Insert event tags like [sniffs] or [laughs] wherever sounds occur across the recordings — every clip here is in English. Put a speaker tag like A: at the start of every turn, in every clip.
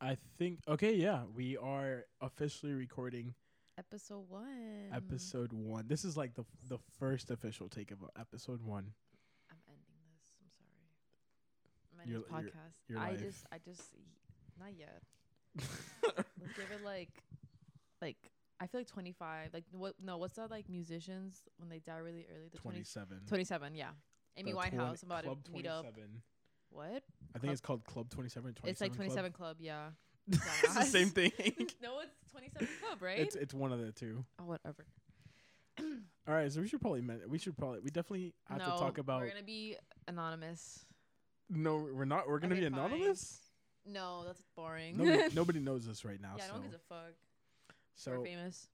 A: I think okay, yeah, we are officially recording
B: Episode one.
A: episode one. This is like the the first official take of uh, episode
B: [laughs]
A: one.
B: I'm ending this. I'm sorry. I'm
A: Your li-
B: ending this
A: your-
B: podcast.
A: your
B: I
A: life.
B: just, I just, not yet. Let's give it like, like I feel like 25. Like what? No, what's that? Like musicians when they die really early. The 20,
A: Twenty seven.
B: 27. Yeah. Amy Winehouse. I'm about
A: Club
B: to meet up. What?
A: I think
B: Club-
A: it's called Club Twenty Seven.
B: It's like 27 Club.
A: [laughs]
B: yeah. [laughs]
A: it's the same thing.
B: no, it's 27 Club, right?
A: It's it's one of the two.
B: oh, whatever.
A: All right, so we should probably men- we should probably we definitely have
B: no,
A: to talk about.
B: We're gonna be anonymous.
A: no, we're not. We're gonna
B: Okay,
A: be
B: fine. [laughs]
A: anonymous.
B: No, that's boring. [laughs]
A: Nobody, nobody knows this right now.
B: yeah,
A: so
B: no one gives a fuck.
A: so
B: We're famous.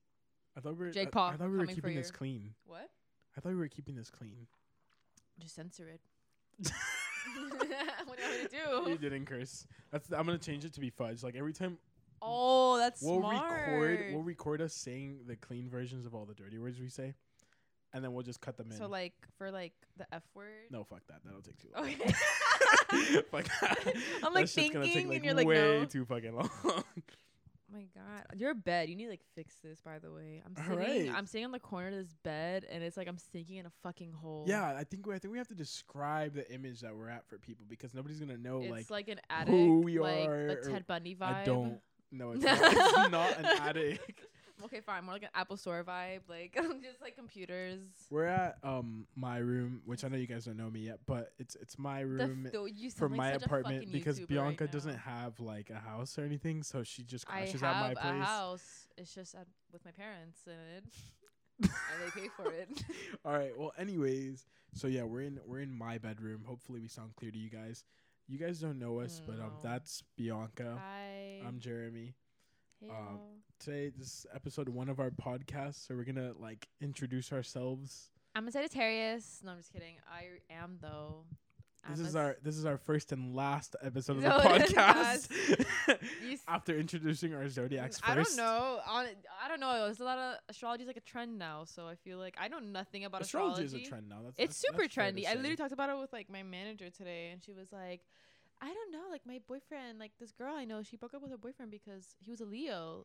A: I thought we were
B: Jake
A: I-
B: Paul
A: I thought we were
B: coming for
A: keeping this
B: your-
A: clean.
B: What?
A: I thought we were keeping this clean.
B: Just censor it. [laughs] what do you want me to
A: [laughs] You
B: do?
A: didn't curse. That's I'm gonna change it to be fudge. Like every time
B: Oh, that's
A: we'll
B: smart.
A: record, we'll record us saying the clean versions of all the dirty words we say, and then we'll just cut them in.
B: so like for like the F word.
A: no, fuck that. That'll take too long.
B: [laughs]
A: [laughs]
B: Okay.
A: fuck that.
B: I'm, like,
A: That shit's gonna take,
B: thinking, and you're like,
A: way
B: no.
A: too fucking
B: [laughs]
A: long.
B: Oh my God, your bed. You need to, like fix this. By the way, I'm
A: All
B: sitting.
A: right.
B: I'm sitting on the corner of this bed, and it's like I'm sinking in a fucking hole.
A: yeah, I think we, I think we have to describe the image that we're at for people because nobody's gonna know. like,
B: It's like, an attic.
A: who we
B: like
A: are,
B: the Ted Bundy vibe.
A: I
B: [laughs]
A: don't. know. it's, not, it's not an attic.
B: Okay, fine. More like an Apple Store vibe. Like [laughs] just like computers.
A: We're at um my room, which I know you guys don't know me yet, but it's it's my
B: The
A: room.
B: f- though you sound
A: for
B: like
A: my
B: such a
A: apartment
B: fucking
A: because
B: YouTuber right
A: Bianca
B: now.
A: doesn't have like a house or anything, so she just
B: I
A: crashes
B: have
A: at my
B: a
A: place.
B: house. It's just at, with my parents in it, and they pay
A: [laughs]
B: for it.
A: All right. Well, anyways, so yeah, we're in we're in my bedroom. Hopefully, we sound clear to you guys. You guys don't know us, but um,
B: Mm, No.
A: that's Bianca.
B: Hi.
A: I'm Jeremy.
B: Hey,
A: um,
B: y'all.
A: Today, this is episode one of our podcast, so we're gonna like introduce ourselves.
B: I'm a Sagittarius. No, I'm just kidding. I am though.
A: This
B: I'm a
A: is
B: s-
A: our this is our first and last episode of the
B: No, [laughs] yes.
A: podcast. [laughs]
B: You s-
A: After introducing our zodiacs first,
B: I don't know. On I don't know. There's a lot of astrology is like a trend now, so I feel like I know nothing about
A: Astrology
B: astrology.
A: is a trend now. That's
B: It's
A: that's-
B: super
A: that's fair to
B: trendy. I
A: say.
B: literally talked about it with like my manager today, and she was like, "I don't know, like my boyfriend, like this girl I know, she broke up with her boyfriend because he was a Leo.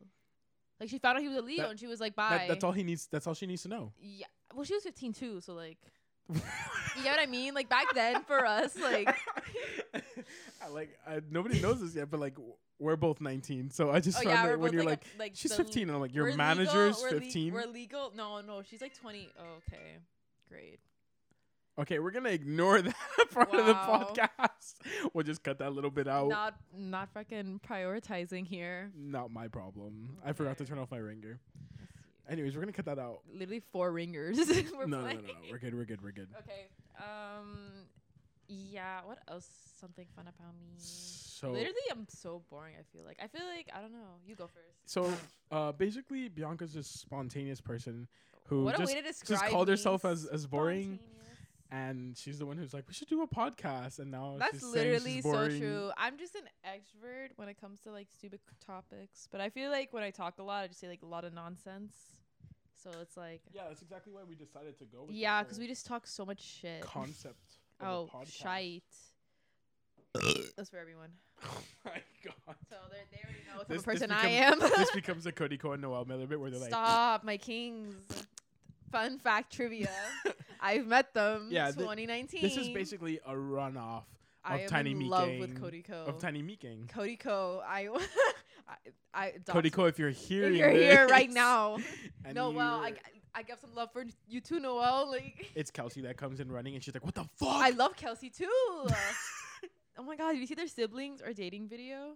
B: Like she found out he was a Leo,
A: That-
B: and she was like, bye."
A: That, that's all he needs. That's all she needs to know.
B: Yeah. Well, she was 15 too, so like,
A: [laughs]
B: you know what I mean? Like back then for us, like,
A: I like I, nobody knows this yet, but like w- we're both 19, so I just
B: oh
A: found
B: yeah,
A: it
B: we're
A: when
B: both
A: you're
B: like,
A: like,
B: a- like
A: she's
B: the-
A: 15, and I'm like your
B: we're legal-
A: manager's
B: we're le-
A: 15.
B: we're legal. No, no, she's like 20. Oh, okay, great.
A: okay, we're gonna ignore [laughs] that part of the
B: Wow.
A: podcast. [laughs] We'll just cut that little bit out.
B: Not not fucking prioritizing here.
A: Not my problem. I forgot to
B: Okay.
A: turn off my ringer. Anyways, we're gonna cut that out.
B: Literally four ringers. [laughs]
A: No,
B: we're
A: no, no, no,
B: playing.
A: no. We're good. We're good. We're good.
B: Okay. Um. Yeah. What else? Something fun about me?
A: So
B: Literally, I'm so boring. I feel like. I feel like I don't know. You go first.
A: So uh, basically, Bianca's this spontaneous person who
B: what
A: just,
B: a way to describe.
A: just called
B: me.
A: herself as, as boring,
B: Spontaneous.
A: and she's the one who's like, we should do a podcast, and now
B: That's
A: Oh, she's saying
B: literally
A: she's
B: so
A: boring.
B: true. I'm just an extrovert when it comes to like stupid c- topics, but I feel like when I talk a lot, I just say like a lot of nonsense. So it's like,
A: Yeah, that's exactly why we decided to go. With
B: yeah, because we just talk so much shit.
A: concept.
B: [laughs] oh, shite.
A: [coughs]
B: That's for everyone.
A: [laughs] Oh my god.
B: So they're- they already know what type
A: This-
B: of
A: this
B: person I am.
A: becomes- [laughs]
B: [laughs]
A: this becomes a Cody Cohen Noel Miller bit where they're like,
B: Stop, my kings. Fun
A: [laughs]
B: fact trivia. I've met them.
A: Yeah,
B: Yeah,
A: thi-
B: 2019.
A: this is basically a runoff
B: I am
A: Tiny
B: in
A: Me
B: love
A: Gang,
B: with Cody Co.
A: of Tiny Meat Gang.
B: Cody Co. I, [laughs] I, I
A: Cody
B: dox-
A: Cohen, if you're hearing,
B: you're here right
A: this,
B: now,
A: [laughs] and
B: No, well, I,
A: you're-
B: g- I got some love for you too, Noel. Like,
A: it's Kelsey that comes in running, and she's like, "What the fuck?"
B: I love Kelsey too.
A: [laughs]
B: oh my god, did you see their siblings or dating video?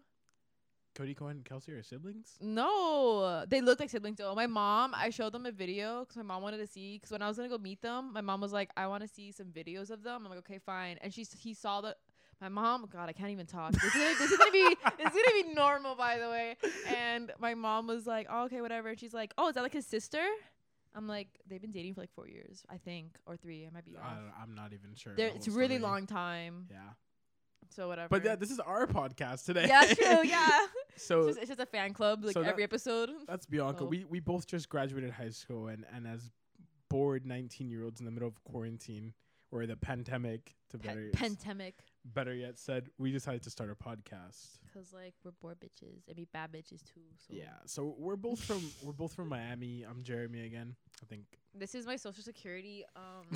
A: Cody Cohen and Kelsey are siblings.
B: No, they look like siblings. though. my mom, I showed them a video because my mom wanted to see. Because when I was gonna go meet them, my mom was like, "I want to see some videos of them." I'm like, "Okay, fine." And she, s- he saw the. My mom, God, I can't even talk. This is, gonna, this is
A: [laughs]
B: gonna be, this is gonna be normal, by the way. And my mom was like, oh, "Okay, whatever." And she's like, "Oh, is that like his sister?" I'm like, "They've been dating for like four years, I think, or three. I might be
A: I
B: off.
A: don't, I'm not even sure. the
B: There,
A: whole
B: it's a really
A: story.
B: long time.
A: Yeah,
B: So whatever.
A: but yeah, this is our podcast today.
B: yeah,
A: [laughs]
B: that's true. Yeah, it's
A: so
B: just, it's just a fan club. Like
A: so that-
B: every episode.
A: that's Bianca.
B: Oh.
A: We we both just graduated high school, and and as bored 19 year olds in the middle of quarantine, or the pandemic to better
B: Pe-
A: yet,
B: pandemic.
A: better yet said we decided to start a podcast.
B: Cause like we're bored bitches and we bad bitches too. So
A: Yeah, so we're both
B: [laughs]
A: from we're both from Miami. I'm Jeremy again. I think.
B: This is my social security. [laughs] Um,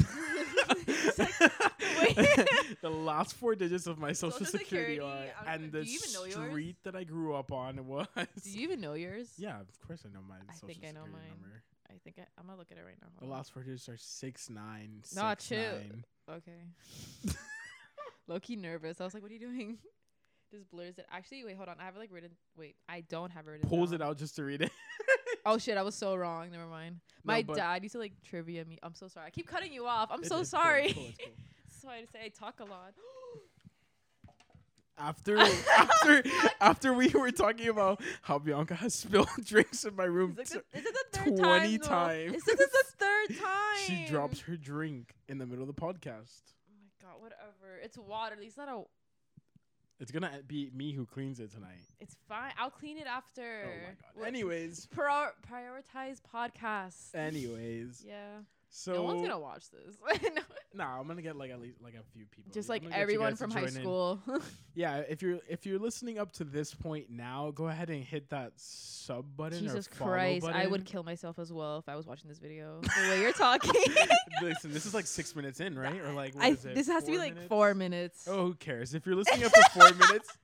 B: it's like, [laughs] wait.
A: [laughs] the last four digits of my social,
B: Social
A: security,
B: Security,
A: are,
B: I don't
A: and
B: know.
A: the
B: Do you even know yours?
A: street that I grew up on was.
B: Do you even know yours?
A: [laughs] Yeah, of course I know my
B: I
A: social
B: think I know
A: security
B: mine.
A: number.
B: I think I, I'm gonna look at it right now.
A: The
B: Hold on.
A: last four digits are six nine.
B: Nah,
A: six,
B: chill.
A: nine.
B: [laughs] Okay. Low key nervous. I was like, what are you doing? [laughs] Just blurs it. Actually, wait, hold on. I have it like written. Wait, I don't have it written.
A: Pulls
B: down.
A: it out just to read it.
B: Oh shit, I was so wrong. Never mind.
A: No,
B: My
A: but
B: dad used to like trivia me. I'm so sorry. I keep cutting you off. I'm
A: it-
B: so
A: it's cool, it's
B: sorry.
A: cool, it's cool.
B: [laughs] so I say I talk a lot.
A: [laughs]
B: [gasps] [laughs]
A: After after after we were talking about how Bianca has spilled [laughs] drinks in my room,
B: It's like
A: t-
B: the, is it the
A: 20
B: third time? though?
A: times.
B: Is this the third time?
A: [laughs] she drops her drink in the middle of the podcast.
B: Oh my god, whatever. It's water. At least not a.
A: It's gonna be me who cleans it tonight.
B: It's fine. I'll clean it after.
A: Oh my god.
B: What-
A: Anyways,
B: Prior- prioritize podcasts.
A: anyways,
B: Yeah.
A: so
B: no one's gonna watch this. [laughs] No.
A: nah, I'm gonna get like at least like a few people.
B: Just
A: I'm
B: like
A: gonna get you
B: everyone
A: guys to
B: from high
A: join in.
B: school.
A: Yeah, if you're if you're listening up to this point now, go ahead and hit that sub
B: [laughs]
A: button.
B: Jesus
A: or follow
B: Christ,
A: button. [laughs]
B: I would [laughs] kill myself as well if I was watching this video. the way you're talking.
A: Listen, this is like six minutes in, right? Or like what
B: [laughs] I,
A: is it?
B: this has to be
A: four
B: like four
A: minutes?
B: minutes.
A: Oh, who cares? If you're listening up
B: [laughs]
A: to four minutes,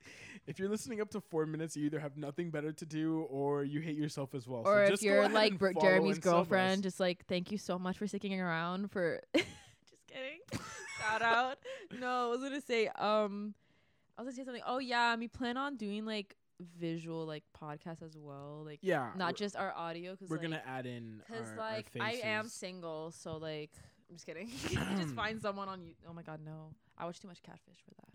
A: if you're listening up to four minutes, you either have nothing better to do or you hate yourself as well. So
B: or if
A: just go
B: you're
A: ahead
B: like
A: and
B: Br-
A: follow
B: Jeremy's
A: and sub us.
B: girlfriend, just like thank you so much for sticking around for. [laughs] just kidding.
A: [laughs]
B: Shout out. No, I was gonna say. Um, I was gonna say something. Oh yeah, we plan on doing like visual like podcasts as well, like
A: yeah,
B: not
A: we're-
B: just our audio. Cause
A: We're
B: like,
A: gonna add in
B: Cause
A: our- our
B: like I am
A: faces.
B: single, so like I'm just kidding. [laughs] You
A: [clears throat]
B: just find someone on you. Oh my god, no! I watch too much Catfish for that.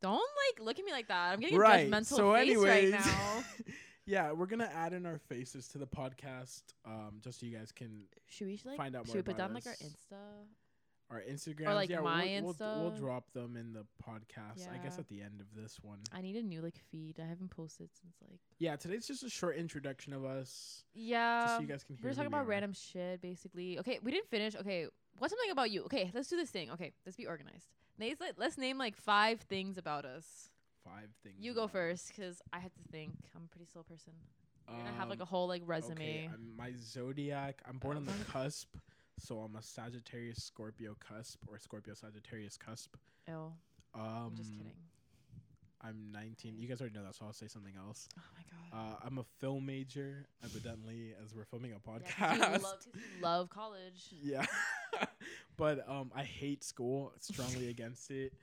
B: Don't like look at me like that. I'm getting
A: right.
B: a judgmental
A: so,
B: face
A: anyways,
B: right
A: [laughs]
B: now.
A: yeah, we're gonna add in our faces to the podcast, um, just so you guys can
B: should we like
A: Find out
B: should
A: more
B: we put
A: about
B: down like our
A: us.
B: Insta?
A: our Instagram.
B: like,
A: yeah,
B: my
A: we'll, We'll, we'll
B: Insta.
A: drop them in the podcast. I guess
B: Yeah.
A: at the end of this one.
B: I need a new like feed. I haven't posted since like
A: Yeah, today's just a short introduction of us, just
B: yeah.
A: so you guys can hear.
B: we Um, were
A: who
B: talking about
A: are.
B: random shit basically. Okay, we didn't finish. Okay, what's something about you? Okay, let's do this thing. Okay, let's be organized. Nate's like, let's name like five things about us.
A: five things.
B: You go
A: about us.
B: first, cause I have to think. I'm a pretty slow person. You're gonna have like a
A: Um,
B: whole like
A: Okay,
B: resume.
A: I'm my zodiac. I'm born on the
B: [laughs] Oh.
A: cusp, so I'm a Sagittarius Scorpio cusp or Scorpio Sagittarius cusp.
B: Oh,
A: Um,
B: I'm just kidding.
A: I'm 19. You guys already know that, so I'll say something else.
B: Oh my god.
A: Uh, I'm a film major, evidently, as we're filming a podcast.
B: Yeah, 'cause you love, 'cause you love college.
A: Yeah. [laughs] but um I hate school,
B: [laughs]
A: strongly against it.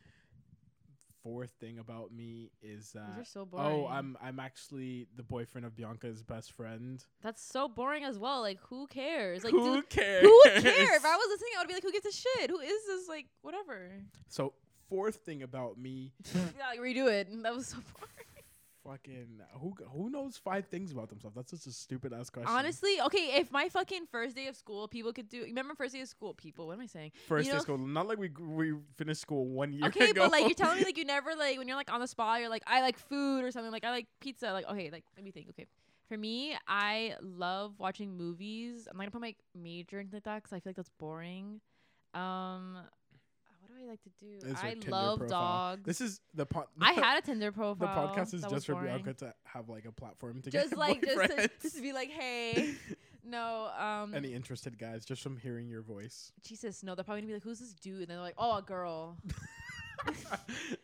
A: Fourth thing about me is
B: These are
A: that
B: so boring.
A: Oh, I'm I'm actually the boyfriend of Bianca's best friend.
B: That's so boring as well. Like, who cares? Like,
A: who
B: do-
A: cares?
B: who
A: [laughs]
B: would care? If I was listening, I would be like, who gives a shit? Who is this? Like, whatever.
A: So fourth thing about
B: [laughs]
A: me,
B: yeah, like, redo it. [laughs] That was so boring.
A: fucking who g- who knows five things about themselves? That's just a stupid ass question.
B: Honestly, okay, if my fucking first day of school, people could do. Remember first day of school, people. What am I
A: [laughs]
B: saying?
A: first
B: you
A: day
B: know-
A: of school, not like we gr- we finished school one year
B: okay,
A: ago.
B: but like you're telling me like you never like when you're like on the spot, you're like I like food or something like I like pizza. Like okay, like let me think. Okay, for me, I love watching movies. I'm not gonna put my major into that because I feel like that's boring. Um, what do I like to do?
A: [laughs] It's your
B: I
A: Tinder
B: love
A: profile.
B: dogs.
A: this is the po- [laughs]
B: I had a Tinder
A: the
B: profile.
A: podcast is
B: that was
A: just for
B: boring.
A: Bianca to have like a platform to
B: Just
A: get [laughs]
B: like just to,
A: boyfriends.
B: just to be like, hey, no, um,
A: [laughs] Any interested guys, just from hearing your voice.
B: Jesus, no, they're probably gonna be like, who's this dude? And they're like, oh, a girl.
A: [laughs]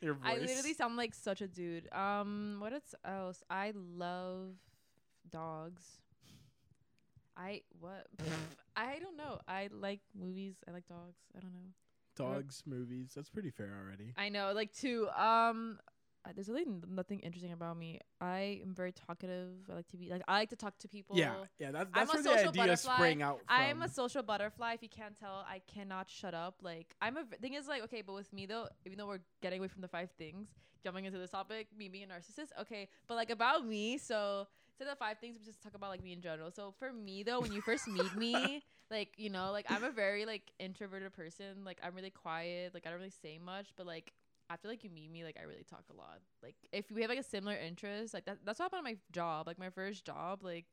A: your voice.
B: I literally sound like such a dude. Um, what else? else? I love dogs. I what? [laughs] I don't know. I like movies. I like dogs. I don't know.
A: dogs, movies. That's pretty fair already.
B: I know. Like two. Um, uh, there's really n- nothing interesting about me. I am very talkative. I like to be like I like to talk to people.
A: Yeah, yeah. That,
B: I'm
A: that's
B: a
A: where the
B: social
A: idea
B: butterfly.
A: sprang out. From.
B: I'm a social butterfly. If you can't tell, I cannot shut up. Like I'm a thing is like okay, but with me though, even though we're getting away from the five things, jumping into this topic, me being a narcissist. Okay, but like about me, so instead of five things, we just talk about like me in general. So for me though, when you first meet me, like you know, like I'm a very like introverted person. Like I'm really quiet. Like I don't really say much, but like. after like you meet me, like I really talk a lot. Like if we have like a similar interest, like that, that's what happened at my job. Like my first job, like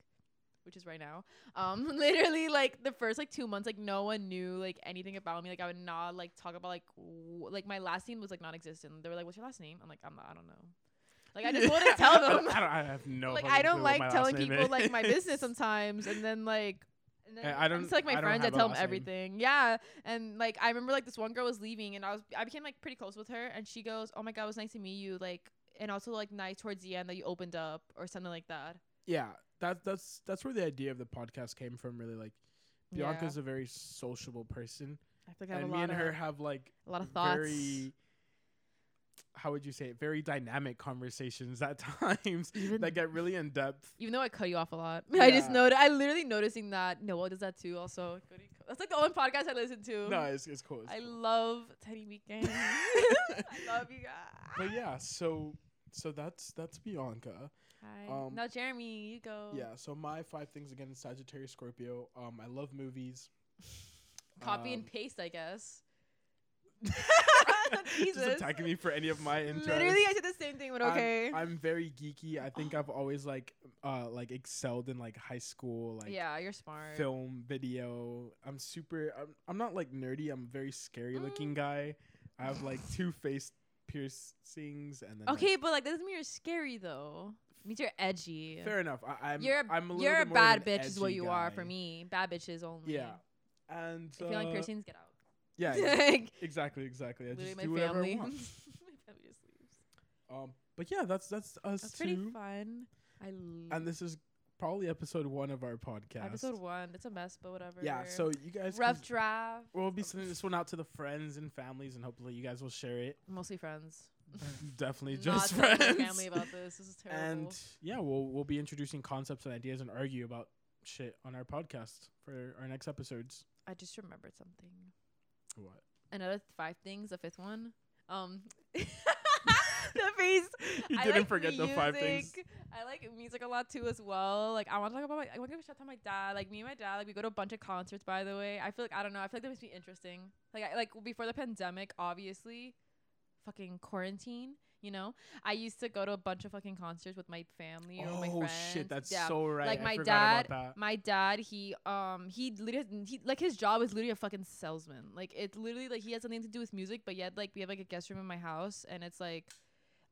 B: which is right now. Um, [laughs] literally like the first like two months, like no one knew like anything about me. Like I would not like talk about like w- like my last name was like non-existent. They were like, "What's your last name?" I'm like, "I'm not, I don't know." Like I
A: [laughs]
B: just wouldn't tell
A: I,
B: them.
A: don't, I have no.
B: like
A: fucking clue
B: I don't
A: what my
B: like
A: last
B: telling
A: name
B: people like my
A: is.
B: business
A: [laughs]
B: sometimes, and then like. And then
A: I- I
B: I'm
A: don't-
B: just, like my
A: I don't
B: friends. I
A: have a
B: tell them
A: last name.
B: everything. Yeah, and like I remember like this one girl was leaving, and I was I became like pretty close with her, and she goes, "Oh my god, it was nice to meet you." Like, and also like nice towards the end that you opened up or something like that.
A: Yeah, that's that's that's where the idea of the podcast came from. Really, like Bianca's a very sociable person,
B: I feel like I have
A: and
B: a
A: me
B: lot
A: and
B: of
A: her have like
B: a lot of thoughts.
A: very. How would you say it? Very dynamic conversations at [laughs] times
B: Even-
A: that get really in depth.
B: Even though I cut you off a lot, [laughs] I just
A: Yeah.
B: noted. I literally noticing that Noel does that too. Also, Cody- that's like the only podcast I listen to.
A: No, it's, it's cool. It's
B: I
A: cool.
B: love Teddy Weekend.
A: [laughs]
B: [laughs] I love you guys.
A: but yeah, so so that's that's Bianca.
B: Hi.
A: Um,
B: now, Jeremy, you go.
A: Yeah, so my five things again is Sagittarius Scorpio. Um, I love movies.
B: Copy
A: Um,
B: and paste,
A: [laughs]
B: I guess. [laughs]
A: Just
B: Jesus.
A: attacking me for any of my interests.
B: Literally, I said the same thing, but
A: I'm-
B: okay.
A: I'm, very geeky. I
B: [gasps]
A: think I've always like uh like excelled in like high school like
B: yeah, you're smart.
A: film video. I'm super. I'm, I'm not like nerdy. I'm a very scary looking
B: Mm.
A: guy. I have like two face piercings and then like,
B: okay, but like that doesn't mean you're scary though. It means you're edgy.
A: fair enough. I, I'm
B: You're a,
A: I'm a little
B: you're a
A: bit more of
B: bad
A: an
B: bitch, is what
A: edgy
B: you are for
A: guy.
B: me. Bad bitches only.
A: Yeah, and
B: If you like
A: uh,
B: piercings, get out. [laughs]
A: yeah, ex-
B: like,
A: exactly, exactly. I
B: literally,
A: just
B: my
A: do whatever
B: family.
A: I want.
B: [laughs] My family just leaves.
A: Um, but yeah, that's that's us
B: That's pretty
A: two,
B: fun. I love
A: and this is probably episode one of our podcast.
B: episode one. It's a mess, but whatever.
A: Yeah, so you guys can
B: rough draft.
A: We'll be sending this one out to the friends and families, and hopefully you guys will share
B: [laughs]
A: it.
B: Mostly friends.
A: [laughs] Definitely
B: Not
A: just
B: telling
A: friends.
B: My family about this. This is terrible.
A: and yeah, we'll we'll be introducing concepts and ideas and argue about shit on our podcast for our next episodes.
B: I just remembered something.
A: What?
B: Another th- five things. The fifth one. Um, [laughs] the face.
A: [laughs] You
B: I
A: didn't
B: like
A: forget the five things.
B: music. I like music a lot too, as well. Like I want to talk about. My, I want to give a shout out to my dad. Like me and my dad. Like we go to a bunch of concerts. By the way, I feel like I don't know. I feel like that makes me interesting. Like I, like before the pandemic, obviously, fucking quarantine. You know, I used to go to a bunch of fucking concerts with my family or my
A: Oh
B: friends.
A: shit, that's
B: Yeah,
A: so right.
B: like
A: I
B: my
A: forgot
B: dad
A: about that.
B: my dad he um he literally he, like his job is literally a fucking salesman like it's literally like he has something to do with music but yet like we have like a guest room in my house and it's like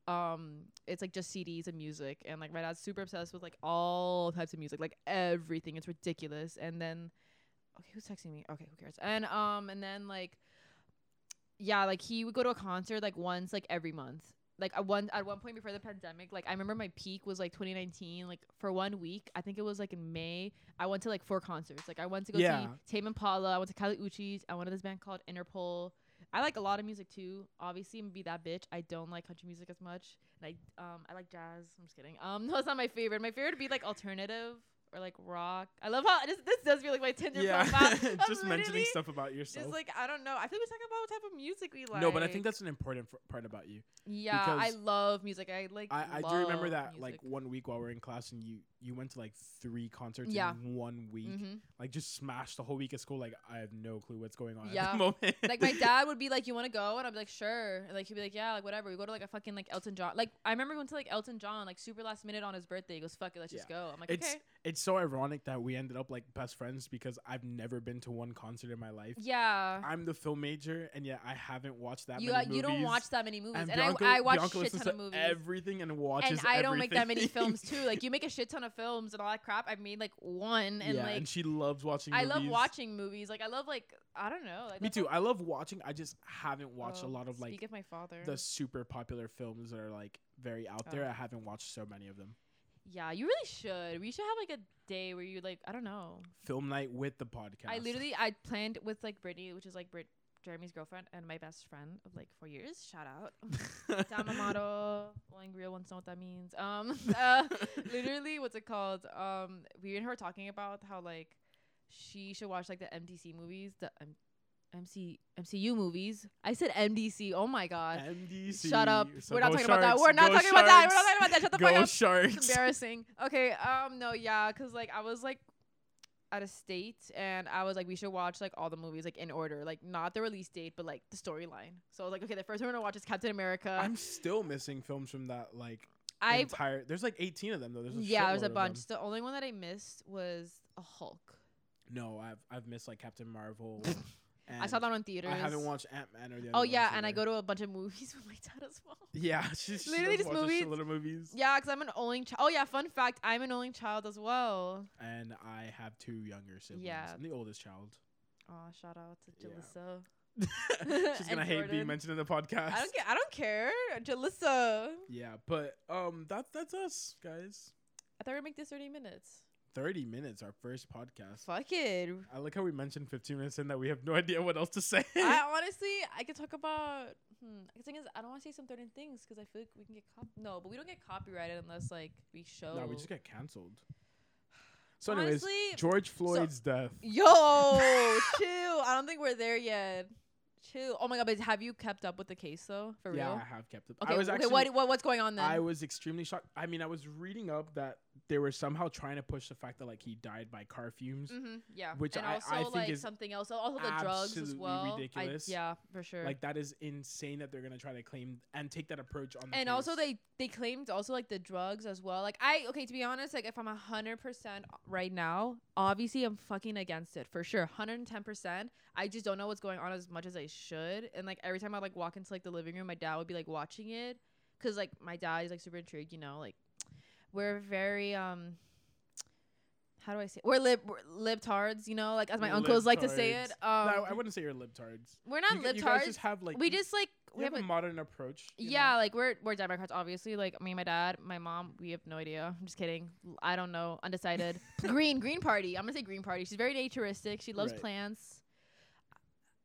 B: um it's like just cds and music and like my dad's super obsessed with like all types of music like everything it's ridiculous and then okay who's texting me okay who cares and um and then like yeah like he would go to a concert like once like every month like at one at one point before the pandemic like i remember my peak was like 2019 like for one week i think it was like in may i went to like four concerts like i went to go
A: Yeah.
B: see tame impala i went to kali uchis i went to this band called interpol i like a lot of music too obviously i'm be that bitch i don't like country music as much and i um i like jazz i'm just kidding um [laughs] no it's not my favorite my favorite would be like alternative or like rock i love how this, this does feel like my tinder profile
A: yeah, [laughs]
B: I'm
A: just mentioning
B: literally
A: stuff about yourself.
B: just like I don't know. I think we talk about what type of music we like.
A: no, but I think that's an important f- part about you.
B: yeah. I
A: because
B: love music. I like.
A: I, I do remember
B: love
A: that like
B: music.
A: one week while we are in class and you you went to like three concerts
B: Yeah.
A: in one week.
B: Mhm.
A: [laughs] Like just smashed the whole week of school. Like I have no clue what's going on at
B: Yeah.
A: the [laughs] moment.
B: like my dad would be like, "You want to go?" And I'd be like, "Sure." And like he'd be like, "Yeah, like whatever." We go to like a fucking like Elton John. Like I remember we went to like Elton John like super last minute on his birthday. He goes, "Fuck it, let's just go." I'm like,
A: It's
B: "Okay."
A: it's so ironic that we ended up like best friends because I've never been to one concert in my life.
B: Yeah.
A: I'm the film major and yet I haven't watched that
B: You
A: many
B: uh, you don't
A: movies.
B: watch that many movies,
A: And,
B: and,
A: Bianca,
B: I I watch
A: Bianca
B: shit
A: listens
B: ton of
A: to
B: movies.
A: everything and watches
B: and I don't make that many
A: everything.
B: films too.
A: [laughs]
B: Like you make a shit ton of films and all that crap. I've made like one, and
A: yeah,
B: like
A: and she loves watching
B: I
A: movies.
B: love watching movies. Like I love like I don't know. Like
A: Me
B: that's
A: too. I love watching. I just haven't watched a
B: Oh,
A: lot of like
B: Speak of my father.
A: the super popular films that are like very out
B: Oh.
A: there. I haven't watched so many of them.
B: yeah, you really should. We should have like a day where you like I don't know.
A: Film night with the podcast.
B: I
A: [laughs]
B: literally I planned with like Brittany, which is like Brit Jeremy's girlfriend and my best friend of like four years. Shout out. [laughs] Damamato. One real ones know what that means. Um [laughs] uh,
A: [laughs]
B: literally what's it called? Um we and her were talking about how like she should watch like the MDC movies, the M- MC MCU movies. I said MDC. Oh my god.
A: MDC.
B: Shut up.
A: So
B: We're not
A: go
B: talking about that.
A: Sharks,
B: We're not
A: go
B: talking about that.
A: Sharks.
B: We're not talking about that. Shut the fuck
A: Go
B: up.
A: [laughs]
B: It's
A: Sharks.
B: embarrassing. Okay. Um. No. Yeah. Cause like I was like out of state, and I was like, we should watch like all the movies like in order, like not the release date, but like the storyline. So I was like, okay, the first one we're gonna watch is Captain America.
A: I'm still missing films from that like I
B: I
A: entire. There's like 18 of them though. There's a
B: yeah, there's
A: shitload
B: a
A: of
B: bunch.
A: them.
B: The only one that I missed was a Hulk.
A: No, I've I've missed like Captain Marvel.
B: [laughs] I saw
A: and
B: that on theaters.
A: I haven't watched Ant Man or the.
B: Oh yeah, and I go to a bunch of movies [laughs] with my dad as well.
A: Yeah, [laughs] she's she
B: Literally
A: literally just
B: just movies.
A: little movies.
B: Yeah, because I'm an only child. Oh yeah, fun fact, I'm an only child as well.
A: And I have two younger siblings.
B: Yeah.
A: I'm the oldest child.
B: [laughs] Oh, shout out to
A: Yeah. [laughs]
B: Jalissa.
A: she's gonna
B: And
A: hate being
B: Jordan.
A: mentioned in the podcast.
B: I don't care. I don't care, Jalissa.
A: Yeah, but um, that that's us guys.
B: I thought we'd make this 30 minutes.
A: 30 minutes, our first podcast.
B: Fuck it.
A: I like how we mentioned 15 minutes in that we have no idea what else to say. [laughs]
B: I honestly, I could talk about. Hmm, the thing is, I don't want to say some certain things because I feel like we can get cop. No, but we don't get copyrighted unless like we
A: [laughs]
B: show.
A: no, we just got canceled. So, anyways,
B: Honestly,
A: George Floyd's death.
B: Yo,
A: [laughs]
B: chill. I don't think we're there yet. Chill. Oh my god, but have you kept up with the case though? For
A: yeah,
B: real?
A: I have kept it.
B: Okay.
A: I was
B: okay.
A: actually,
B: What, what what's going on then?
A: I was extremely shocked. I mean, I was reading up that they were somehow trying to push the fact that like he died by car fumes.
B: mm-hmm, yeah.
A: which
B: and
A: I-
B: also
A: I think
B: like
A: is
B: something else. Also the drugs as
A: absolutely
B: well. I-
A: ridiculous.
B: yeah, for sure.
A: Like that is insane that they're gonna try to claim and take that approach on. The
B: and also
A: case.
B: they they claimed also like the drugs as well like i okay to be honest like if i'm 100% right now obviously i'm fucking against it for sure 110% i just don't know what's going on as much as i should and like every time i like walk into like the living room my dad would be like watching it because like my dad is like super intrigued you know like we're very um how do i say it? we're lib we're libtards you know like as my uncles like to say it um
A: No, I wouldn't say you're libtards.
B: we're not
A: you, g- you
B: libtards
A: guys just have like
B: we
A: you-
B: just like
A: you
B: we
A: have,
B: have
A: a,
B: a
A: modern approach. you know?
B: yeah, like we're we're Democrats, obviously. Like me, and my dad, my mom, we have no idea. I'm just kidding. L- I don't know.
A: [laughs]
B: Undecided. green, Green Party. I'm gonna say Green Party. She's very naturistic. She loves
A: Right.
B: plants.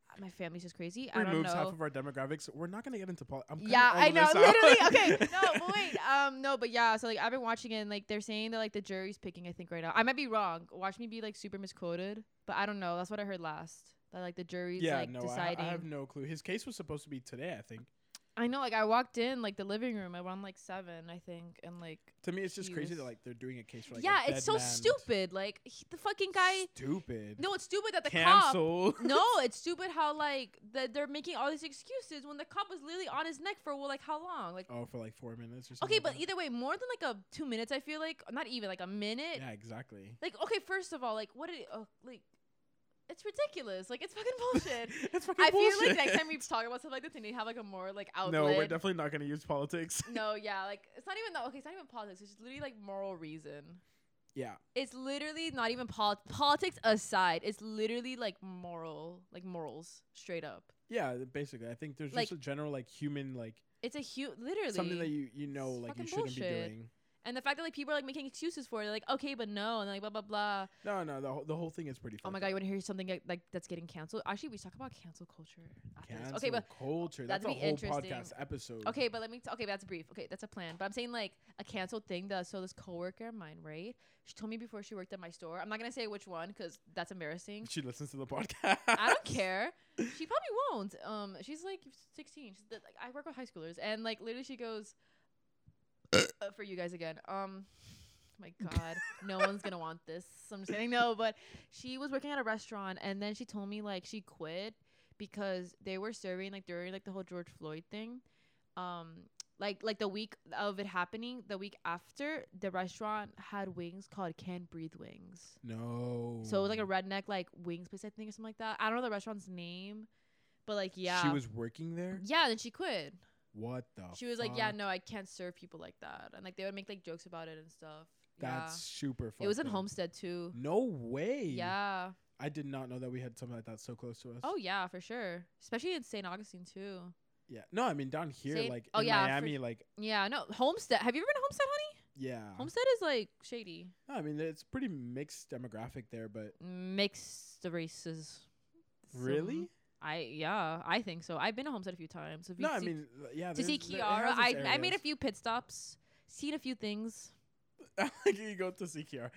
B: Uh, My family's just crazy. I don't
A: removes
B: know.
A: half of our demographics. We're not gonna get into politics.
B: yeah, I know.
A: [laughs]
B: Literally. Okay. No, but wait. Um, no, but yeah. So like, I've been watching it. and Like, they're saying that like the jury's picking. I think right now. I might be wrong. Watch me be like super misquoted. But I don't know. That's what I heard last. That like the jury's
A: yeah,
B: like
A: no, I,
B: deciding.
A: I have no clue. His case was supposed to be today, I think.
B: I know. Like I walked in like the living room around like seven, I think, and like.
A: To me, it's just
B: He
A: crazy
B: was-
A: that like they're doing a case for like a
B: yeah,
A: dead
B: it's so
A: man.
B: stupid. Like he, the fucking guy.
A: Stupid.
B: No, it's stupid that the cop.
A: cancel.
B: No, it's stupid how like that they're making all these excuses when the cop was literally on his neck for well, like how long? Like
A: [laughs] oh, for like four minutes or something.
B: okay, but
A: like
B: either way, more than like a two minutes. I feel like not even like a
A: that.
B: minute.
A: yeah, exactly.
B: Like okay, first of all, like what did oh, like it's ridiculous. Like
A: [laughs]
B: it's fucking bullshit.
A: That's fucking
B: I feel like
A: bullshit.
B: next
A: [laughs]
B: time we talk about stuff like this, we need to have like a more like outlet.
A: No, we're definitely not gonna use politics. [laughs]
B: no, yeah, like it's not even that. Okay, it's not even politics. It's just literally like moral reason.
A: yeah,
B: it's literally not even pol- politics aside. It's literally like moral, like morals, straight up.
A: yeah. Basically, I think there's
B: Like-
A: just a general like human like
B: It's a huge, literally
A: something that you you know
B: It's
A: like you
B: fucking
A: shouldn't be
B: bullshit.
A: doing.
B: And the fact that like people are like making excuses for it, they're like okay, but no, and like blah blah blah.
A: No, no, the whole, the whole thing is pretty.
B: Oh my
A: fucked
B: god,
A: up.
B: you want to hear something like, like that's getting canceled? Actually, we talk about cancel culture. After this.
A: Cancel
B: Okay, but
A: culture. That's a
B: that'd be
A: whole
B: interesting.
A: podcast episode.
B: Okay, but let me. T- okay, that's brief. Okay, that's a plan. But I'm saying like a canceled thing. That so this coworker of mine, right? She told me before she worked at my store. I'm not gonna say which one because that's embarrassing.
A: [laughs] she listens to the podcast. [laughs]
B: I don't care. She probably won't. Um, she's like 16. She's the, like, I work with high schoolers, and like literally, she goes uh, for you guys again. Um, my God, no one's gonna want this. I'm just kidding. No, but she was working at a restaurant, and then she told me like she quit because they were serving like during like the whole George Floyd thing. Um. Like like the week of it happening, the week after, the restaurant had wings called Can't Breathe Wings.
A: No.
B: So it was like a redneck like wings place, I think, or something like that. I don't know the restaurant's name, but like yeah,
A: She was working there.
B: yeah. Then she quit.
A: What the?
B: she was like, yeah,
A: fuck?
B: no, I can't serve people like that, and like they would make like jokes about it and stuff.
A: That's super.
B: yeah, it was in
A: fucked up.
B: Homestead too.
A: No way.
B: Yeah.
A: I did not know that we had something like that so close to us.
B: Oh yeah, for sure. Especially in St. Augustine too.
A: yeah. No, I mean down here,
B: Same-
A: like
B: oh,
A: in
B: yeah, for
A: Miami,
B: s-
A: like
B: Yeah. No, Homestead. Have you ever been to Homestead, honey?
A: yeah.
B: Homestead is like shady.
A: No, I mean it's pretty mixed demographic there, but
B: Mixed races. Some-
A: really?
B: I yeah, I think so. I've been to Homestead a few times. If you
A: No, I
B: see-
A: mean th- yeah.
B: to see
A: there's- there- it
B: Kiara.
A: has
B: I,
A: its
B: I made a
A: areas.
B: few pit stops, seen a few things,
A: like [laughs] you go to see Kiara.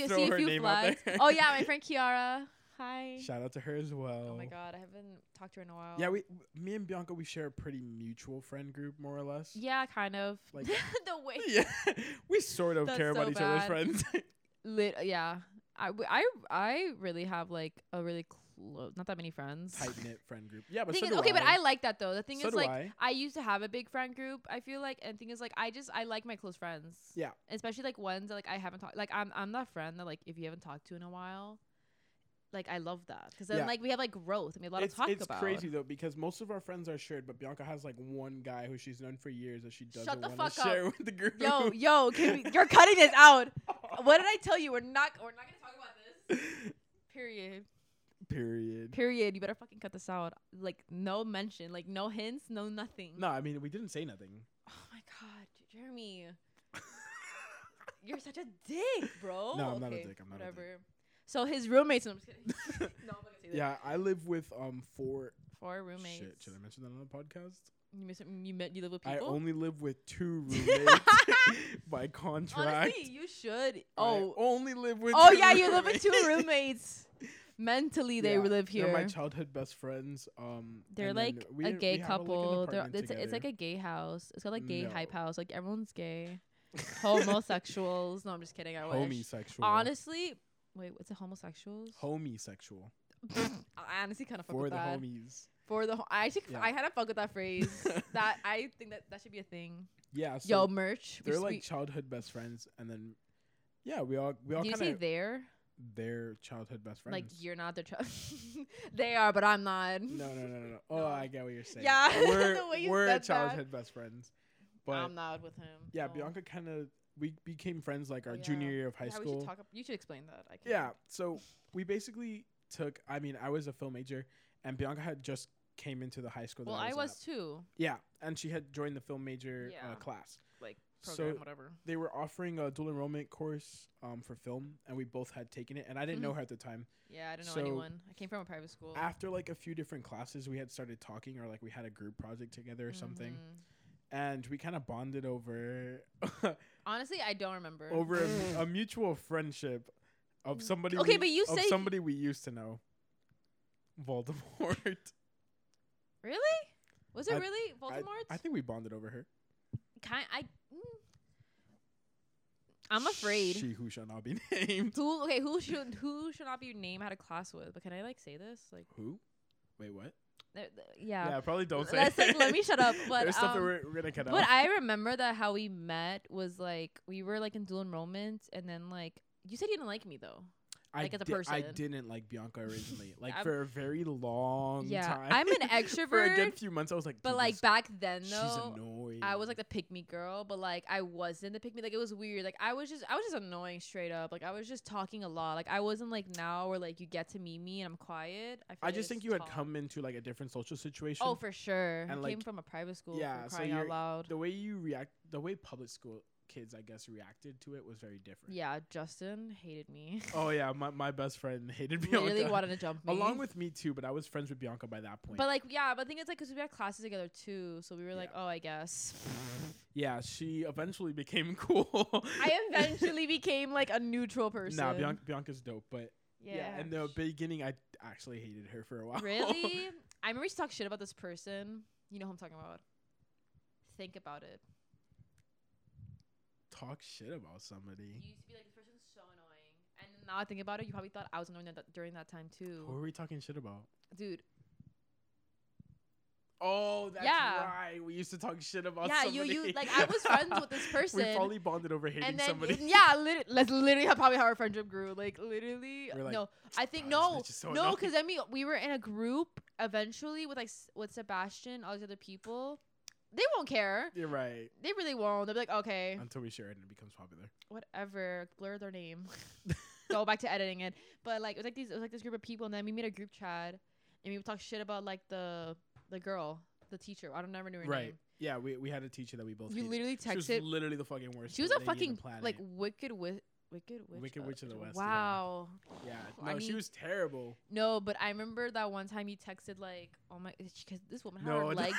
A: [laughs] Just throw
B: see a
A: her
B: few
A: name out
B: flags.
A: there.
B: Oh yeah,
A: [laughs]
B: my friend Kiara. Hi.
A: Shout out to her as well.
B: Oh my god, I haven't talked to her in a while.
A: Yeah, we me and Bianca we share a pretty mutual friend group more or less.
B: yeah, kind of.
A: Like-
B: [laughs] the way.
A: [laughs] Yeah, we sort of
B: That's
A: care about
B: so
A: each other's
B: [laughs] bad.
A: friends.
B: Lit- yeah. I, w- I, I really have like a really cl- lo- not that many friends.
A: tight knit friend group. Yeah, but
B: thing
A: so
B: is,
A: do
B: okay, but I
A: I
B: like that though. The thing
A: So
B: is,
A: do
B: like, I.
A: I.
B: used to have a big friend group. I feel like, and thing is, like, I just I like my close friends.
A: Yeah.
B: Especially like ones that like I haven't talked. Like I'm I'm that friend that like if you haven't talked to in a while, like I love that because then
A: Yeah.
B: like we have like growth and we have a lot
A: it's,
B: to talk
A: it's
B: about.
A: crazy though because most of our friends are shared, but Bianca has like one guy who she's known for years that she
B: Shut
A: doesn't
B: the
A: want to
B: fuck up.
A: share with the group. [laughs]
B: Yo, yo, can we, you're cutting this out. What did I tell you? We're not we're not gonna talk about this. Period.
A: Period.
B: Period. You better fucking cut this out. Like no mention, like no hints, no nothing.
A: No, I mean we didn't say nothing.
B: Oh my god, Jeremy. You're such a dick, bro.
A: No, I'm not a dick, I'm not a dick.
B: whatever. So his roommates. No, I'm
A: [laughs]
B: just kidding. [laughs] no, I'm not gonna say that.
A: Yeah, I live with um four.
B: Four roommates.
A: Shit, should I mention that on the podcast?
B: You miss, you met you live with
A: I
B: people.
A: only live with
B: [laughs]
A: two roommates [laughs] by contract.
B: Honestly, you should.
A: I
B: Oh,
A: only live with.
B: oh
A: two
B: yeah, you live with two
A: [laughs] roommates.
B: roommates. Mentally, they
A: Yeah,
B: live
A: They're
B: here.
A: my childhood best friends. Um,
B: They're
A: and then
B: like
A: we-
B: a
A: we
B: gay
A: have, like, an
B: couple. They're,
A: apartment
B: it's, a, it's like
A: together.
B: a gay house. It's called like gay hype
A: No.
B: house. Like everyone's gay. Homosexuals. no, I'm just kidding. I
A: [laughs]
B: wish.
A: homosexual.
B: Honestly, wait, what's it? Homosexuals?
A: homosexual
B: I honestly kind of fuck
A: for
B: with
A: the
B: that.
A: homies.
B: For the ho- I actually
A: Yeah.
B: I kind of fuck with that phrase.
A: [laughs]
B: that I think that that should be a thing.
A: Yeah, so
B: Yo, merch. we
A: they're
B: s-
A: like
B: we-
A: childhood best friends, and then yeah, we all we all
B: did you say
A: kind of
B: they're
A: their childhood best friends.
B: like you're not their child? [laughs] they are, but I'm not.
A: no,
B: [laughs]
A: no, no, no, no. Oh,
B: No.
A: I get what you're saying.
B: Yeah, [laughs]
A: we're
B: the way you
A: we're
B: said that.
A: childhood best friends, but
B: I'm not with him.
A: yeah,
B: so-
A: Bianca kind of we became friends like
B: Oh,
A: our
B: yeah.
A: junior year of high
B: Yeah, we
A: school.
B: should talk. ab- You should explain that. I can't.
A: Yeah. So we basically took. I mean, I was a film major, and Bianca had just came into the high school.
B: Well,
A: that
B: I was
A: At.
B: too.
A: Yeah, and she had joined the film major
B: Yeah.
A: uh, class.
B: Like
A: So-
B: program, whatever.
A: They were offering a dual enrollment course um, for film, and we both had taken it. And I didn't
B: Mm-hmm.
A: know her at the time.
B: Yeah, I don't know
A: so-
B: anyone. I came from a private school.
A: After like a few different classes, we had started talking, or like we had a group project together or something,
B: Mhm.
A: and we kind of bonded over
B: Honestly, I don't remember.
A: over a,
B: [laughs]
A: mu-
B: [clears throat]
A: a mutual friendship of somebody.
B: Mm. Okay,
A: we-
B: but you
A: of
B: say-
A: somebody we used to know, Voldemort. [laughs]
B: really? Was it
A: I-
B: really
A: I-
B: Voldemort?
A: I, think we bonded over her.
B: kind I mm. I'm afraid.
A: She who shall not be [laughs] named.
B: who okay, who should who should not be named had a class with? But can I like say this? Like
A: Who? Wait, what?
B: th- th- yeah.
A: Yeah, probably don't say.
B: Let's, like, let me
A: it. [laughs]
B: shut up, but,
A: There's stuff
B: um,
A: that we're, we're gonna cut out.
B: But I remember that how we met was like we were like in dual enrollment and then like you said you didn't like me though.
A: I
B: like, as a
A: di- I
B: person.
A: didn't like Bianca
B: [laughs]
A: originally. Like
B: I'm-
A: for a very long
B: yeah.
A: time.
B: I'm
A: [laughs]
B: an
A: for a
B: extrovert.
A: good few months. I was like,
B: but
A: "Dude,
B: like
A: this-
B: back then
A: she's
B: though
A: annoying.
B: I was like the pick me girl, but like I wasn't the pick me. Like it was weird. Like I was just I was just annoying straight up. Like I was just talking a lot. Like I wasn't like now where like you get to meet me and I'm quiet. I, feel
A: I
B: like
A: just think you had come into like a different social situation.
B: Oh, for sure.
A: and,
B: I came
A: like,
B: from a private school.
A: yeah,
B: Yeah,
A: so
B: crying out
A: you're-
B: loud.
A: the way you react, the way public school kids, I guess, reacted to it was very different.
B: Yeah, Justin
A: [laughs]
B: hated me.
A: Oh yeah, my, my best friend hated Bianca.
B: Literally wanted to jump
A: Oh,
B: me.
A: Along with me too, but I was friends with Bianca by that point.
B: But like yeah, but the thing is like because we had classes together too, so we were like,
A: Yeah.
B: oh, I guess. [laughs]
A: yeah, she eventually became [laughs] cool.
B: I eventually became like a neutral person.
A: Nah, Bianca, Bianca's dope, but
B: Yeah.
A: yeah. In the [laughs] beginning, I actually hated her for a while.
B: Really? I remember you talk shit about this person. You know who I'm talking about. Think about it.
A: [laughs] Talk shit about
B: You
A: somebody.
B: used to be like, this person's so annoying. And now I think about it, you probably thought I was annoying at that during that time
A: Who
B: too.
A: are we talking shit about?
B: Dude.
A: Oh, that's
B: Yeah.
A: right. We used to talk shit about.
B: Yeah, you-
A: somebody.
B: you-
A: [laughs]
B: like, I was friends with this
A: we
B: person,
A: probably bonded over hating
B: And then,
A: somebody.
B: yeah, literally, that's literally how, probably how our friendship grew. Like, literally,
A: We're like,
B: no, I think,
A: "God, this
B: no,
A: bitch is so
B: no,
A: annoying."
B: because I mean, we were in a group eventually with like, S- with Sebastian, all these other people. They won't care.
A: [laughs] You're right.
B: They really won't. They'll be like, okay.
A: Until we share it and it becomes popular.
B: whatever, blur
A: [laughs]
B: their name. Go back to editing it. But like it was like these it was like this group of people and then we made a group chat and we would talk shit about like the the girl, the teacher. I don't never knew her
A: Right.
B: name.
A: Yeah, we, we had a teacher that we both.
B: You
A: hated.
B: literally
A: She
B: texted
A: was literally the fucking worst.
B: She was a
A: lady in the
B: fucking
A: planet.
B: like wicked wit wicked witch.
A: Wicked Witch of the West, yeah.
B: Wow.
A: Yeah.
B: I
A: No, she
B: mean-
A: was terrible.
B: No, but I remember that one time you texted like, "Oh my, because this woman had
A: No,
B: her
A: don't- [laughs]
B: legs."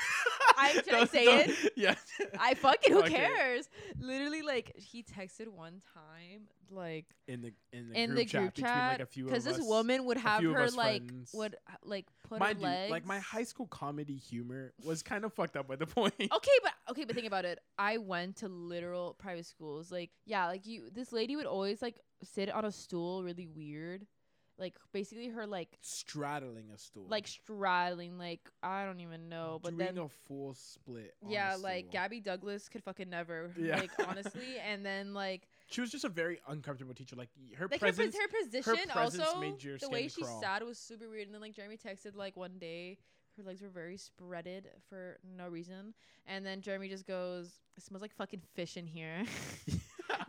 B: I- should I say
A: it? [laughs] Yeah.
B: I fucking who
A: Okay.
B: cares? Literally, like he texted one time, like
A: in the in the
B: in
A: group
B: the
A: chat
B: group
A: between
B: chat
A: like a few of us.
B: because this woman would have
A: few of
B: her
A: us
B: like
A: friends.
B: would uh, like put
A: Mind
B: her legs
A: you, like my high school comedy humor was kind of fucked up at the [laughs] point.
B: okay but okay but think about it i went to literal private schools like yeah like you this lady would always like sit on a stool really weird like basically her like
A: straddling a stool,
B: like straddling like I don't even know. But
A: doing
B: then
A: a full split. on a
B: yeah, like
A: stool.
B: Gabby Douglas could fucking never.
A: Yeah.
B: Like
A: [laughs]
B: honestly, and then like
A: She was just a very uncomfortable teacher. Like her
B: like her,
A: presence.
B: pos- her position
A: presence
B: also
A: made your
B: the way
A: skin
B: she
A: crawl.
B: sat was super weird. And then like Jeremy texted like one day her legs were very spreaded for no reason, and then Jeremy just goes, "It smells like fucking fish in
A: [laughs]
B: here." [laughs]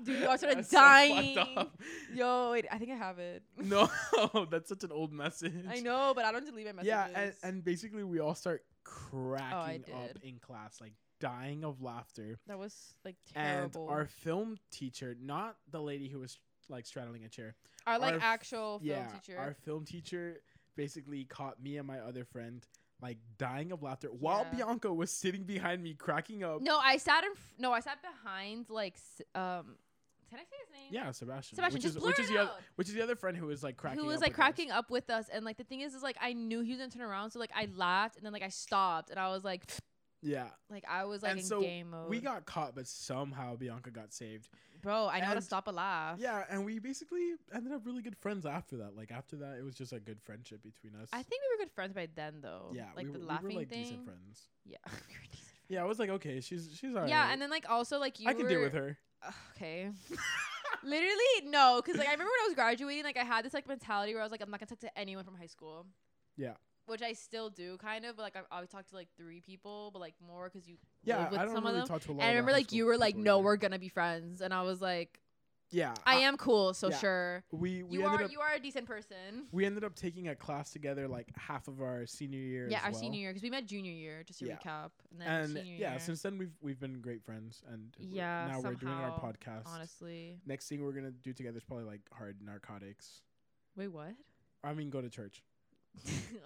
B: Dude, you all started
A: That's so fucked
B: dying.
A: up.
B: Yo, wait, I think I have it.
A: [laughs] no, [laughs] that's such an old message.
B: [laughs] I know, but I don't delete my messages.
A: Yeah, and, and basically we all start cracking up
B: Oh, did.
A: in class, like dying of laughter.
B: that was like terrible.
A: And our film teacher, not the lady who was like straddling a chair,
B: our like
A: our f-
B: actual film
A: yeah,
B: teacher.
A: our film teacher basically caught me and my other friend like dying of laughter while
B: Yeah.
A: Bianca was sitting behind me cracking up.
B: no, I sat in. F- no, I sat behind like s- um. Can I say his name?
A: Yeah, Sebastian.
B: Sebastian,
A: which
B: just
A: is
B: blur
A: which is
B: it
A: the other,
B: out.
A: which is the other friend who was like cracking.
B: who was
A: up
B: like
A: with us.
B: cracking up with us and like the thing is is like I knew he was gonna turn around so like I laughed and then like I stopped and I was like [sniffs]
A: Yeah,
B: like I was like
A: And
B: in
A: so
B: game mode.
A: we got caught, but somehow Bianca got saved.
B: Bro, I know how to
A: and-
B: stop a laugh.
A: Yeah, and we basically ended up really good friends after that. Like after that, it was just a good friendship between us.
B: I think we were good friends by then though.
A: yeah,
B: Like
A: we,
B: the
A: were,
B: laughing
A: we were like
B: thing.
A: decent friends.
B: Yeah. [laughs] We were decent friends.
A: Yeah, I was like, okay, she's she's alright.
B: Yeah, and then like also like you
A: I can deal
B: were-
A: with her.
B: Ugh, Okay. Literally no, because like I remember when I was graduating, like I had this like mentality where I was like, I'm not gonna talk to anyone from high school.
A: Yeah.
B: Which I still do, kind of, but like I always talk to like three people, but like more because you
A: Yeah,
B: live with
A: I don't
B: some
A: really
B: of them.
A: talk to a lot.
B: And I
A: of our
B: remember
A: high
B: like you
A: school
B: were like,
A: people
B: no,
A: either.
B: we're gonna be friends, and I was like,
A: yeah.
B: I, am cool, so
A: yeah.
B: sure.
A: We we
B: You
A: ended
B: are
A: up
B: you are a decent person.
A: we ended up taking a class together like half of our senior year.
B: Yeah,
A: as
B: our
A: well.
B: senior year because we met junior year just to
A: Yeah.
B: recap, and then
A: And
B: senior
A: yeah,
B: year.
A: since then we've we've been great friends, and we're-
B: Yeah,
A: now we're doing our
B: somehow,
A: podcast.
B: honestly,
A: Next thing we're gonna do together is probably like hard narcotics.
B: wait, what? [laughs]
A: I mean, go to church.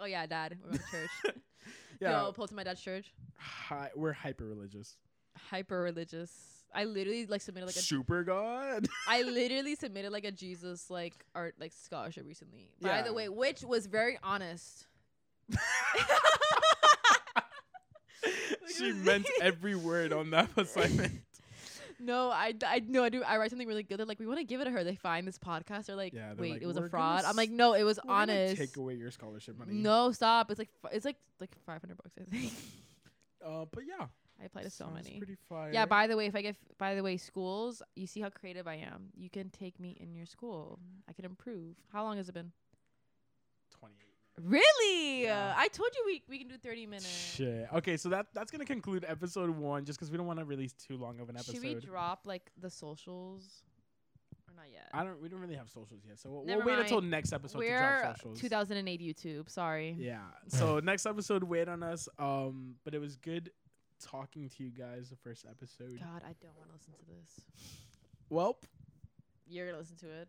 B: oh yeah, dad, we're going to church.
A: [laughs] Yeah,
B: Yo, pull to my dad's church.
A: hi- we're hyper religious.
B: Hyper religious. I literally like submitted like a
A: Super
B: [laughs]
A: God.
B: I literally submitted like a Jesus like art like scholarship recently. By
A: Yeah.
B: the way, which was very honest.
A: [laughs] [laughs] she meant every word on
B: [laughs]
A: that assignment.
B: No, I, d- I no, I do. I write something really good. They're like, we want to give it to her. They find this podcast. They're like,
A: Yeah, they're
B: wait,
A: like,
B: it was
A: "We're
B: a
A: gonna
B: fraud. I'm like,
A: s-
B: no, it was
A: We're gonna
B: honest.
A: Take away your scholarship money.
B: No, stop. It's like f- it's like like 500 bucks. I think
A: [laughs]
B: [laughs]
A: Uh, but yeah.
B: I applied to so
A: sounds
B: many.
A: Pretty fire.
B: Yeah. By the way, if I get f- by the way schools, you see how creative I am. You can take me in your school.
A: Mm-hmm.
B: I can improve. How long has it been?
A: 28.
B: Really?
A: Yeah.
B: I told you we we can do 30 minutes.
A: Shit. Okay, so that that's gonna conclude episode one, just because we don't want to release too long of an episode.
B: Should we drop like the socials or not yet?
A: I don't. We don't really have socials yet, so we'll, we'll
B: Never
A: wait until
B: mind.
A: next episode to
B: We're
A: drop socials.
B: 2008 YouTube. Sorry. [laughs]
A: Yeah. So next episode, wait on us. Um, but it was good talking to you guys. The first episode.
B: God, I don't want to listen to this.
A: Well,
B: You're gonna listen to
A: th-
B: it.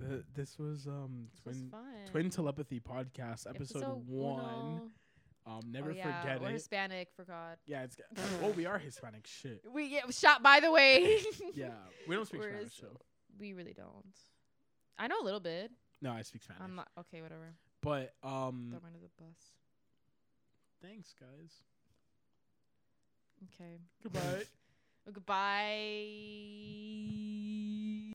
A: Uh, this was um
B: This was
A: twin
B: fun.
A: twin telepathy podcast episode, one.
B: uno.
A: Um, never
B: oh, yeah,
A: forget
B: We're
A: it.
B: Hispanic, for God.
A: yeah, [laughs] it's. oh, we are Hispanic.
B: [laughs]
A: Shit.
B: We yeah, shot. By the way,
A: [laughs] Yeah, we don't speak
B: We're
A: Spanish.
B: His-
A: So.
B: [laughs] we really don't. I know a little bit.
A: No, I speak Spanish.
B: I'm not okay. Whatever.
A: but um,
B: Don't mind the bus.
A: thanks guys.
B: Okay.
A: Goodbye.
B: Goodbye.